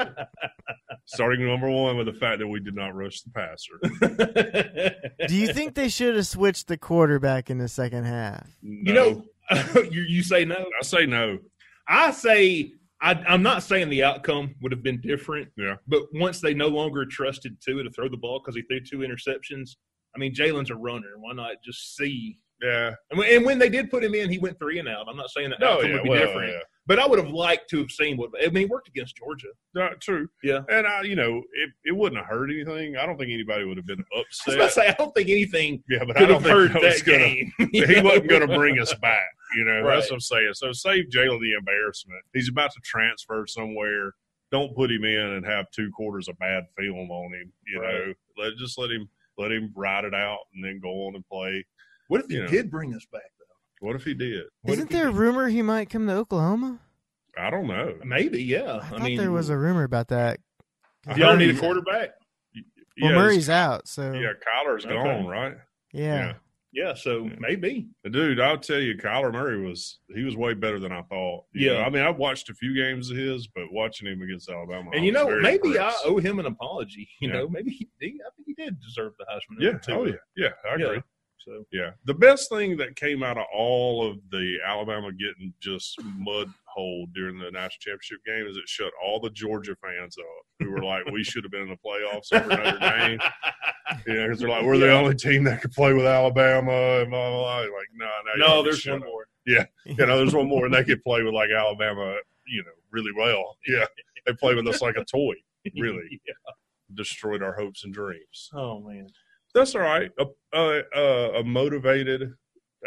S3: Starting number one with the fact that we did not rush the passer.
S1: Do you think they should have switched the quarterback in the second half?
S2: You
S3: No.
S2: know, *laughs* you, you say no.
S3: I say no.
S2: I say I, I'm not saying the outcome would have been different.
S3: Yeah.
S2: But once they no longer trusted Tua to throw the ball because he threw two interceptions, I mean, Jalen's a runner. Why not just see?
S3: Yeah.
S2: And when, and when they did put him in, he went three and out. I'm not saying that
S3: No,
S2: outcome
S3: Oh, yeah.
S2: would be
S3: well,
S2: different,
S3: yeah.
S2: but I would have liked to have seen what. I mean, he worked against Georgia.
S3: No, true.
S2: Yeah.
S3: And I, you know, it, it wouldn't have hurt anything. I don't think anybody would have been
S2: I was about to
S3: upset.
S2: say, I don't think anything
S3: Yeah, but I
S2: could have
S3: don't think
S2: hurt
S3: that was
S2: that
S3: gonna
S2: game. *laughs*
S3: *laughs* he wasn't going to bring us back. You know,
S2: Right.
S3: that's what I'm saying. So save Jalen the embarrassment. He's about to transfer somewhere. Don't put him in and have two quarters of bad film on him. You
S2: Right.
S3: know, let just let him let him ride it out and then go on and play.
S2: What if he
S3: you know.
S2: did bring us back though?
S3: What if he did? What
S1: Isn't
S3: if he-
S1: there a rumor he might come to Oklahoma?
S3: I don't know.
S2: Maybe, yeah.
S3: Uh,
S1: I
S2: I,
S1: thought
S2: mean,
S1: there was a rumor about that.
S3: I
S2: y'all
S3: heard
S2: need a
S3: he's-
S2: quarterback.
S1: Well,
S3: yeah,
S1: Murray's out, so
S3: it's-
S1: yeah.
S3: Yeah, Kyler's
S2: Okay.
S3: gone, right?
S1: yeah.
S2: Yeah, so maybe.
S3: Dude, I'll tell you, Kyler Murray was he was way better than I thought. You
S2: Yeah.
S3: know, I mean, I've watched a few games of his, but watching him against Alabama,
S2: And
S3: I
S2: you
S3: was
S2: know,
S3: very
S2: maybe I
S3: impressed.
S2: owe him an apology. You
S3: Yeah.
S2: know, maybe he, he, I think he did deserve the Heisman.
S3: yeah,
S2: Award, too.
S3: oh yeah, yeah, I agree.
S2: Yeah. So
S3: Yeah. The best thing that came out of all of the Alabama getting just mud hole during the national championship game is it shut all the Georgia fans up who were like, we should have been in the playoffs over
S2: *laughs*
S3: Notre Dame. You know, because they're like, we're the only team that could play with Alabama and blah, blah, blah. Like, no, no.
S2: no, there's one
S3: *laughs*
S2: more.
S3: You know, there's one more and they could play with like Alabama, you know, really well. Yeah. They play with us like a toy. Really?
S2: Yeah.
S3: Destroyed our hopes and dreams.
S2: Oh man.
S3: That's all right. A, a, a, a motivated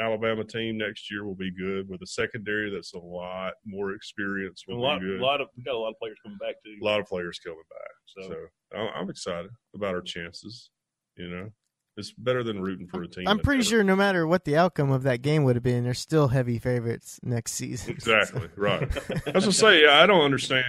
S3: Alabama team next year will be good with a secondary that's a lot more experienced.
S2: A
S3: Will
S2: lot,
S3: be good.
S2: a lot of we got a lot of players coming back too.
S3: A lot of players coming back.
S2: So,
S3: So I- I'm excited about our chances. You know, it's better than rooting for a team.
S1: I'm
S3: that
S1: pretty
S3: never-
S1: sure no matter what the outcome of that game would have been, they're still heavy favorites next season. *laughs*
S3: Exactly
S2: *laughs*
S3: right. That's what I say. I don't understand.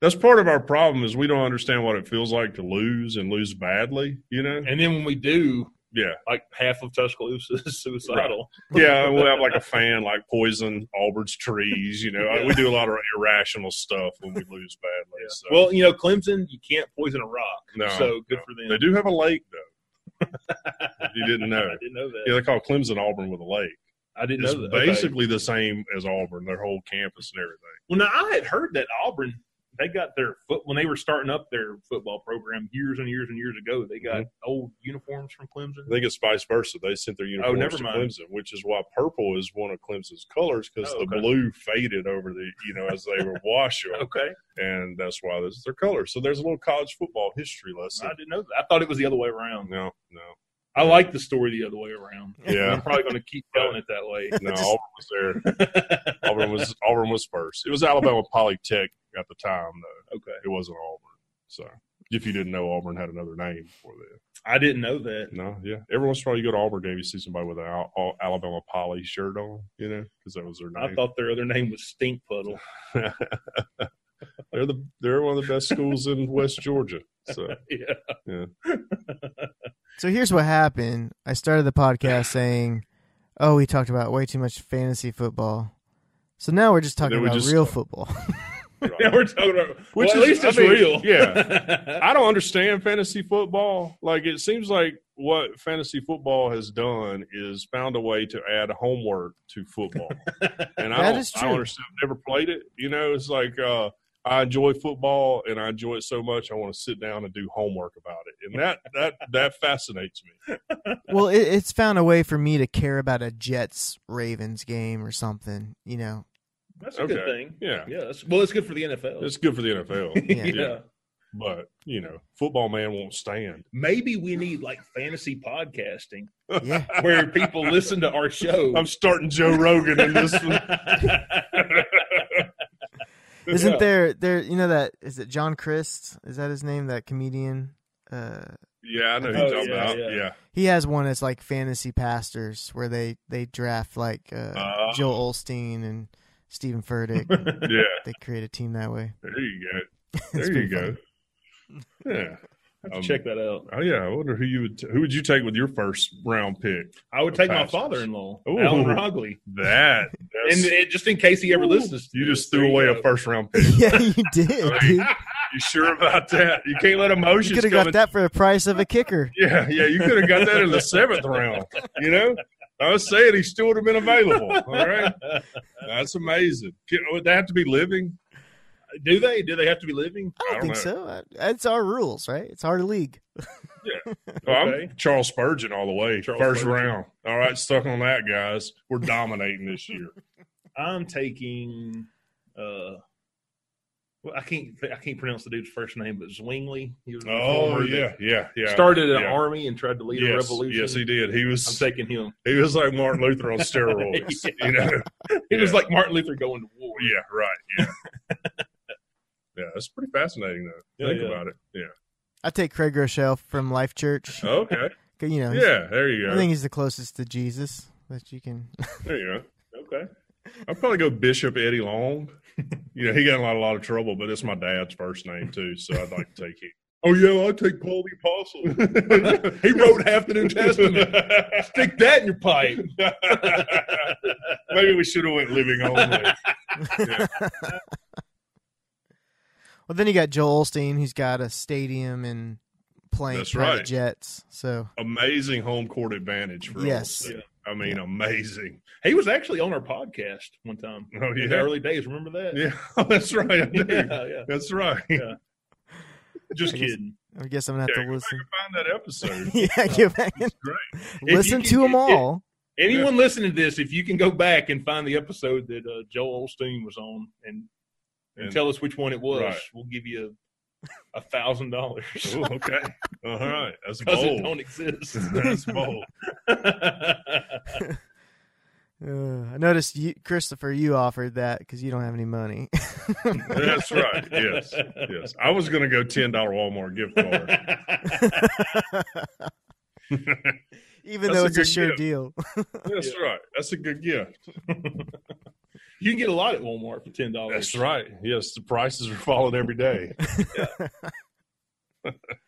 S3: That's part of our problem is we don't understand what it feels like to lose and lose badly. You know.
S2: and then when we do,
S3: Yeah.
S2: like half of Tuscaloosa is suicidal. *laughs*
S3: yeah, we have like a fan, like poison Auburn's trees. You know, we do a lot of irrational stuff when we lose badly. So.
S2: Well, you know, Clemson, you can't poison a rock.
S3: No,
S2: so good
S3: no.
S2: for them.
S3: they do have a lake though.
S2: *laughs*
S3: If you didn't know.
S2: I didn't know that.
S3: Yeah, they call Clemson Auburn with a lake.
S2: I didn't
S3: It's
S2: know that. Okay.
S3: basically the same as Auburn, their whole campus and everything.
S2: Well, now I had heard that Auburn they got their foot when they were starting up their football program years and years and years ago. They got
S3: Mm-hmm.
S2: old uniforms from Clemson.
S3: I think it's vice versa. They sent their uniforms
S2: Oh, never
S3: to
S2: mind.
S3: Clemson, which is why purple is one of Clemson's colors because
S2: Oh,
S3: the
S2: okay.
S3: blue faded over the you know as
S2: *laughs*
S3: they were washing, *laughs*
S2: Okay,
S3: and that's why this is their color. So there's a little college football history lesson.
S2: I didn't know that. I thought it was the other way around.
S3: No, no,
S2: I like the story the other way around.
S3: yeah,
S2: *laughs* I'm probably going to
S3: *laughs*
S2: keep telling it that way.
S3: no. Auburn was there. *laughs* Auburn was Auburn was first. It was Alabama Polytech at the time, though.
S2: okay,
S3: It wasn't Auburn. So if you didn't know, Auburn had another name before then.
S2: *laughs* I didn't know that.
S3: No, yeah. Every once in a while, you go to Auburn game, you see somebody with an Al- Al- Alabama Poly shirt on, you know, because that was their
S2: I
S3: name.
S2: thought their other name was Stink Puddle.
S3: *laughs* they're the they're one of the best schools in West Georgia. So
S2: *laughs* *laughs* yeah.
S3: *laughs*
S1: So here's what happened. I started the
S3: *clears throat*
S1: podcast saying, "Oh, we talked about way too much fantasy football." So now we're just talking
S3: then we
S1: about
S3: just-
S1: real
S3: *laughs*
S1: football.
S2: Yeah, we're talking about.
S3: Which
S2: well, at
S3: is-
S2: least
S3: I
S2: it's
S3: mean,
S2: real.
S3: I don't understand fantasy football. Like it seems like what fantasy football has done is found a way to add homework to
S2: *laughs*
S3: football. And I
S1: That
S3: don't,
S1: is
S3: I
S1: true.
S3: don't understand. I've never played it. You know, it's like uh, I enjoy football and I enjoy it so much I want to sit down and do homework about it. And that that that fascinates me.
S1: well, it, it's found a way for me to care about a Jets Ravens game or something. You know,
S2: *laughs* that's a good
S3: Okay.
S2: thing.
S3: Yeah.
S2: Yeah. That's, well, it's good for the NFL. *laughs*
S3: It's good for the NFL.
S1: *laughs* Yeah.
S2: yeah.
S3: But, you know, football man won't stand.
S2: Maybe we need like fantasy podcasting
S3: *laughs*
S1: yeah.
S2: where people listen to our show. *laughs*
S3: I'm starting Joe Rogan in this one.
S1: Isn't
S2: Yeah.
S1: there there you know that is it John Christ? Is that his name? That comedian. Uh,
S3: *laughs* Yeah, I know who
S2: Oh,
S3: you're talking
S2: yeah,
S3: about.
S2: yeah.
S3: Yeah.
S1: he has one that's like fantasy pastors where they they draft like uh,
S3: Uh.
S1: Joel Olstein and Stephen Furtick.
S3: *laughs*
S1: and
S3: Yeah.
S1: they create a team that way. *laughs*
S3: There you
S2: *laughs*
S3: go.
S1: It's
S3: There
S1: pretty
S3: you go. Yeah. Um,
S2: Check that out.
S3: Oh yeah, I wonder who you would t- who would you take with your first round pick?
S2: I would take my
S3: Pastors.
S2: father-in-law,
S3: Ooh.
S2: Alan Rogley,
S3: That that's,
S2: *laughs* and, and just in case he ever listens, to
S3: you
S2: this,
S3: just
S2: there
S3: threw
S2: you
S3: away
S2: go.
S3: a first round pick.
S1: yeah,
S3: *laughs*
S1: you did, dude.
S3: You sure about that? You can't let
S1: You
S3: emotions
S1: could have
S3: come
S1: got
S3: in-
S1: that for the price of a kicker.
S3: Yeah, yeah, you could have got that in the seventh round. You know, I was saying he still would have been available. All right, that's amazing. Can- Would they have to be living?
S2: Do they? Do they have to be living?
S1: I don't, think so. I, it's our rules, right? It's our league.
S3: Oh,
S2: Okay.
S3: I'm Charles Spurgeon all the way.
S2: Charles
S3: first
S2: Spurgeon.
S3: round. All right, stuck on that, guys. We're dominating
S2: *laughs*
S3: this year.
S2: I'm taking. uh well, I can't. I can't pronounce the dude's first name, but Zwingli. He was a
S3: Oh
S2: reformer that
S3: yeah, yeah, yeah.
S2: started an
S3: yeah.
S2: army and tried to lead a
S3: yes,
S2: revolution.
S3: Yes, he did. He
S2: I'm
S3: was
S2: taking him.
S3: he was like Martin
S2: *laughs*
S3: Luther on steroids. You know?
S2: He was
S3: *laughs* Yeah.
S2: like Martin Luther going to war.
S3: Yeah, right. Yeah. *laughs* yeah, that's pretty fascinating though.
S2: Yeah,
S3: Think
S2: yeah.
S3: about it. Yeah.
S1: I take Craig Rochelle from Life Church.
S2: *laughs*
S3: *laughs* Okay.
S1: 'Cause, You know, he's-
S3: Yeah, there you
S1: I
S3: go.
S1: think he's the closest to Jesus that you can. *laughs*
S3: There you go.
S2: Okay.
S3: I'd probably go Bishop Eddie Long. You know, he got in a lot, a lot of trouble, but it's my dad's first name too, so I'd like to take him. Oh yeah, I take Paul the Apostle.
S2: *laughs* He wrote half the New
S3: *laughs*
S2: Testament. Stick that in your pipe.
S3: Maybe we should have went living only.
S1: Well, then you got Joel Olstein, who's got a stadium and playing
S3: That's
S1: private
S3: right.
S1: jets. So
S3: amazing home court advantage for
S1: Yes.
S3: us. I mean, amazing. *laughs*
S2: He was actually on our podcast one time.
S3: Oh,
S2: In the
S3: yeah?
S2: early days. Remember that?
S3: Yeah, *laughs* that's right. I
S2: *laughs*
S3: do.
S2: Yeah, yeah.
S3: That's right. *laughs*
S2: Yeah. Just
S1: I guess-
S2: kidding.
S1: I guess I'm gonna have
S3: Yeah,
S1: to listen.
S3: Find
S1: *laughs*
S3: that episode.
S1: yeah, get back and
S3: great.
S2: you
S1: listen
S2: can
S1: to them
S2: get it-
S1: all.
S2: Anyone listening to this, if you can go back and find the episode that uh, Joel Olstein was on and, and
S3: And-
S2: tell us which one it was,
S3: Right.
S2: we'll give you a thousand dollars.
S3: *laughs* Ooh, okay. All right. That's
S2: Because it
S3: bold.
S2: don't exist. *laughs*
S3: *laughs* That's bold.
S1: Uh, I noticed you, Christopher, you offered that because you don't have any money. *laughs*
S3: That's right. Yes. Yes. I was going to go $10 Walmart gift
S2: *laughs*
S3: card.
S1: Even
S3: That's
S1: though
S3: a
S1: it's a
S3: good
S1: sure
S3: gift.
S1: deal.
S3: That's right. That's a good gift.
S2: you can get a lot at Walmart for ten dollars.
S3: That's right. Yes. The prices are falling every day.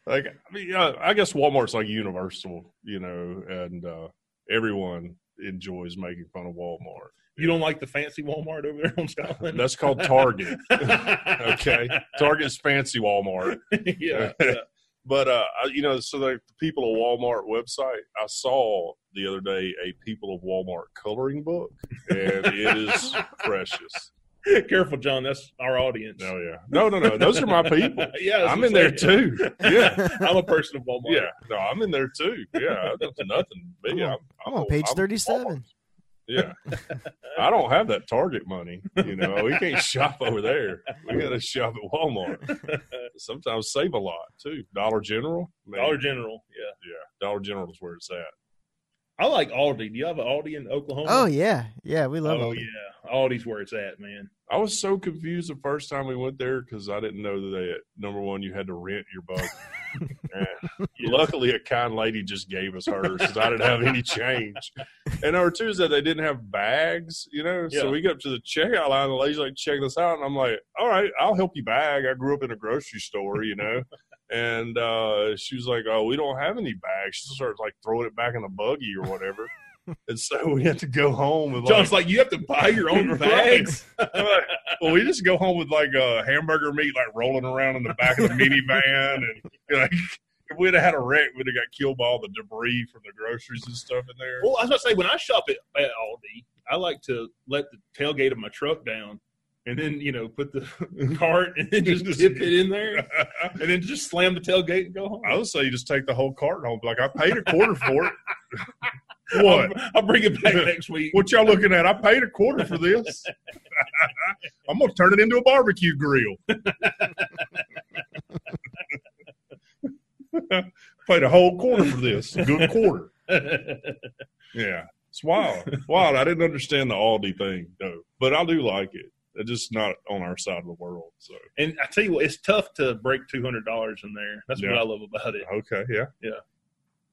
S3: like, I mean, yeah, I guess Walmart's like universal, you know, and uh, everyone enjoys making fun of Walmart.
S2: You don't like the fancy Walmart over there on Scotland?
S3: That's
S2: *laughs*
S3: called Target.
S2: okay. *laughs*
S3: Okay. Target's fancy Walmart.
S2: yeah. yeah.
S3: *laughs* But uh, I- you know, so the people of Walmart website, I saw the
S2: *laughs*
S3: other day a people of Walmart coloring book, and it is precious.
S2: Careful, John. That's our audience.
S3: Oh yeah. No, no, no. Those are my people.
S2: *laughs* Yeah, that's
S3: I'm
S2: what
S3: in there
S2: saying.
S3: too. Yeah.
S2: *laughs* I'm a person of Walmart.
S3: Yeah. No, I'm in there too. Yeah. I don't do
S1: *laughs*
S3: nothing. But
S1: I'm
S3: yeah,
S1: on- I'm on page
S3: I'm-
S1: 37.
S3: Yeah. I don't have that Target money. You know, we
S1: *laughs*
S3: can't shop over there. We got to shop at Walmart. Sometimes save a lot too. Dollar General. Man,
S2: Dollar General. Yeah.
S3: Yeah. Dollar General is where it's at.
S2: I like Aldi. Do you have an Aldi in Oklahoma?
S1: Oh yeah, yeah, we love
S2: Oh
S1: it.
S2: yeah. Aldi's where it's at, man.
S3: I was so confused the first time we went there because I didn't know that they, number one, you had to rent your bunk. And Luckily, a kind lady just gave us hers because I didn't have any change. And number two is that they didn't have bags, you know.
S2: Yeah.
S3: So we get up to the checkout line, the lady's like, "Check this out," and I'm like, "All right, I'll help you bag." I grew up in a grocery store, you know. and uh, she was like, "Oh, we don't have any bags." She starts like throwing it back in the buggy or whatever. and so we had to go home. And, like,
S2: John's like, you have to buy your own
S3: *laughs* Right.
S2: bags.
S3: *laughs* well, we just go home with like uh, hamburger meat, like rolling around in the back of the minivan, and you know, *laughs* like if we'd have had a wreck, we'd have got killed by all the debris from the groceries and stuff in there.
S2: Well, I was going to say when I shop at, at Aldi, I like to let the tailgate of my truck down, and then you know put the *laughs* cart and then just dip it in there, *laughs* and then just slam the tailgate and go home.
S3: *laughs* I would say you just take the whole carton home. Like I paid a quarter for it. *laughs*
S2: I'll,
S3: what?
S2: *laughs* I'll bring it back
S3: *laughs*
S2: next week. *laughs*
S3: What y'all looking at? I paid a quarter for this. *laughs* I'm gonna turn it into a barbecue grill. *laughs* paid a whole quarter for this. A good quarter. Yeah, it's wild. wild. I didn't understand the Aldi thing though, but I do like it. It's just not on our side of the world. So
S2: and I tell you what, it's tough to break two hundred dollars in there. That's
S3: Yeah.
S2: what I love about it.
S3: okay, yeah,
S2: Yeah.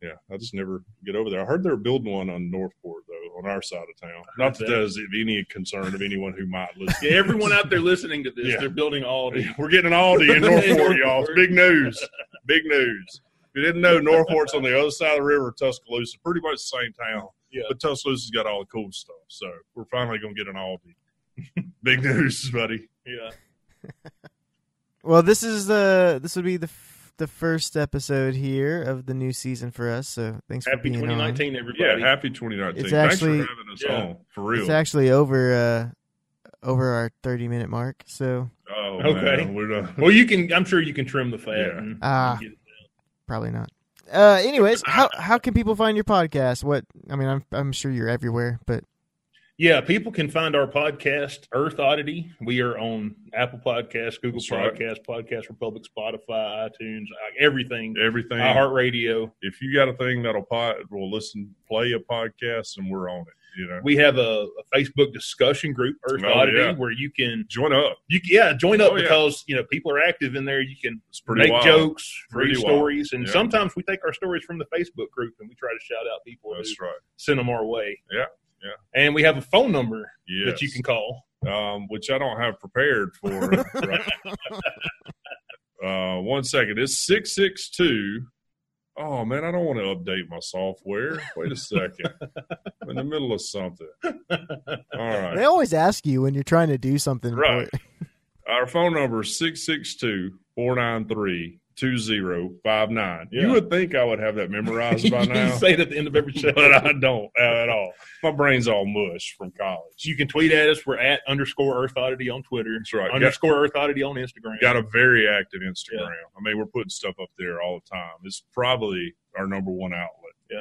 S3: yeah. I just never get over there. I heard they're building one on Northport though, on our side of town.
S2: I
S3: Not that
S2: bet.
S3: there's of any concern of anyone who might listen.
S2: Yeah, everyone out there listening to this,
S3: Yeah.
S2: they're building Aldi.
S3: *laughs* We're getting an Aldi in Northport, y'all.
S2: *laughs*
S3: It's big news. Big news. If you didn't know, Northport's on the other side of the river of Tuscaloosa, pretty much the same town.
S2: Yeah.
S3: But Tuscaloosa's got all the cool stuff. So we're finally going to get an Aldi. *laughs* big news, buddy.
S2: Yeah,
S1: Well, this is the this would be the f- the first episode here of the new season for us. So thanks for
S2: happy
S1: being on.
S2: twenty nineteen, everybody.
S3: Yeah, happy 2019.
S1: It's
S3: Thanks
S1: actually-
S3: for having us
S2: Yeah.
S3: on, for real.
S1: It's actually over uh over our 30 minute mark. So
S3: Oh,
S2: Okay.
S3: man, we're not-
S2: well, you can. I'm sure you can trim the fat.
S3: Yeah.
S2: and-
S1: Ah. probably not. Uh anyways, how how can people find your podcast? What I mean, I'm I'm sure you're everywhere, but
S2: Yeah, people can find our podcast, Earth Oddity. We are on Apple Podcasts, Google
S3: That's right.
S2: Podcasts, Podcast Republic, Spotify, iTunes, uh, everything.
S3: Everything.
S2: iHeartRadio.
S3: if you got a thing that'll pot, will listen, play a podcast, and we're on it. You know,
S2: We have a, a Facebook discussion group, Earth
S3: Oh,
S2: Oddity,
S3: yeah.
S2: where you can
S3: join up.
S2: you can- yeah join up
S3: Oh, yeah.
S2: because you know people are active in there. You can
S3: It's pretty
S2: make
S3: wild.
S2: jokes,
S3: Pretty
S2: read
S3: wild.
S2: stories, and
S3: Yeah.
S2: sometimes we take our stories from the Facebook group and we try to shout out people who
S3: That's right.
S2: send them our way.
S3: Yeah, yeah.
S2: And we have a phone number
S3: Yeah.
S2: that you can call.
S3: um, which I don't have prepared
S2: *laughs*
S3: for. right. uh, one second. It's 662. Oh, man, I don't want to update my software. Wait a second. I'm in the middle of something. All right.
S1: they always ask you when you're trying to do something.
S3: Right. Our phone number is 662 493 2059. You
S2: Yeah.
S3: would think I would have that memorized by
S2: *laughs* you
S3: now,
S2: say it at the end of every show.
S3: *laughs* but I don't at all. My brain's all mush from college.
S2: You can tweet at us. We're at underscore Earth Oddity on Twitter.
S3: That's right. Got-
S2: underscore Earth Oddity on Instagram.
S3: got a very active Instagram.
S2: Yeah.
S3: I mean, we're putting stuff up there all the time. It's probably our number one outlet.
S2: Yeah.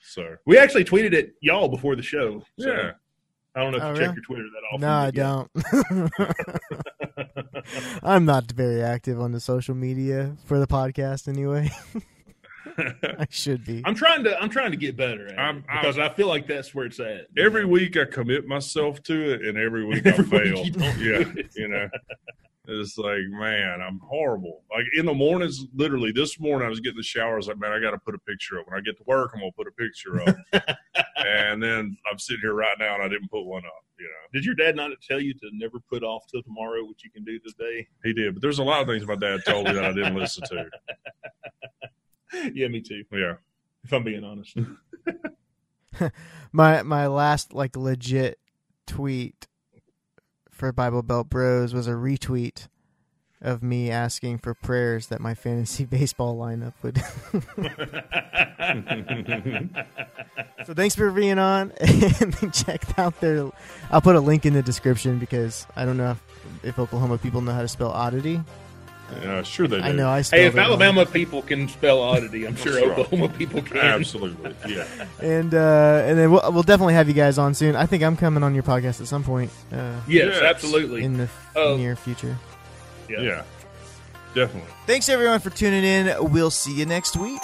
S3: So
S2: We actually tweeted at y'all before the show. so
S3: yeah,
S2: I don't know if you
S1: Oh,
S2: check
S1: really?
S2: your Twitter that
S1: But
S2: often.
S1: no, I don't. *laughs* I'm not very active on the social media for the podcast anyway. *laughs*
S2: *laughs*
S1: I should be.
S2: I'm trying to. I'm trying to get better at
S3: I'm-
S2: it
S3: I'm-
S2: because i feel like that's where it's at.
S3: every week I commit myself to it, and every week
S2: Every
S3: I
S2: week
S3: fail.
S2: you don't do
S3: yeah,
S2: it.
S3: you know, it's like man, I'm horrible. Like in the mornings, literally this morning I was getting in the shower. I was like, man, I got to put a picture up. When I get to work, I'm gonna put a picture
S2: *laughs*
S3: up. and then I'm sitting here right now, and I didn't put one up. You know.
S2: Did your dad not tell you to never put off till tomorrow what you can do today? *laughs*
S3: He did, but there's a lot of things my dad told me that I didn't listen to.
S2: yeah, me too.
S3: Yeah,
S2: If I'm being
S3: *laughs*
S2: honest,
S1: my my last like legit tweet for Bible Belt Bros was a retweet of me asking for prayers that my fantasy *laughs* baseball lineup would. *laughs* so thanks for being on *laughs* and check out their. I'll put a link in the description because I don't know if, if Oklahoma people know how to spell oddity.
S3: Yeah, sure they do.
S1: I know I spelled
S2: Hey, if
S1: it wrong.
S2: Alabama people can spell oddity, I'm sure Oklahoma people can.
S3: Absolutely.
S2: *laughs*
S3: Yeah.
S1: and uh, and then we'll, we'll definitely have you guys on soon. I think I'm coming on your podcast at some point uh,
S2: Yes,
S3: Yes.
S2: absolutely.
S1: in the
S2: Oh.
S1: near future.
S3: Yeah. Definitely.
S1: Thanks everyone for tuning in. We'll see you next week.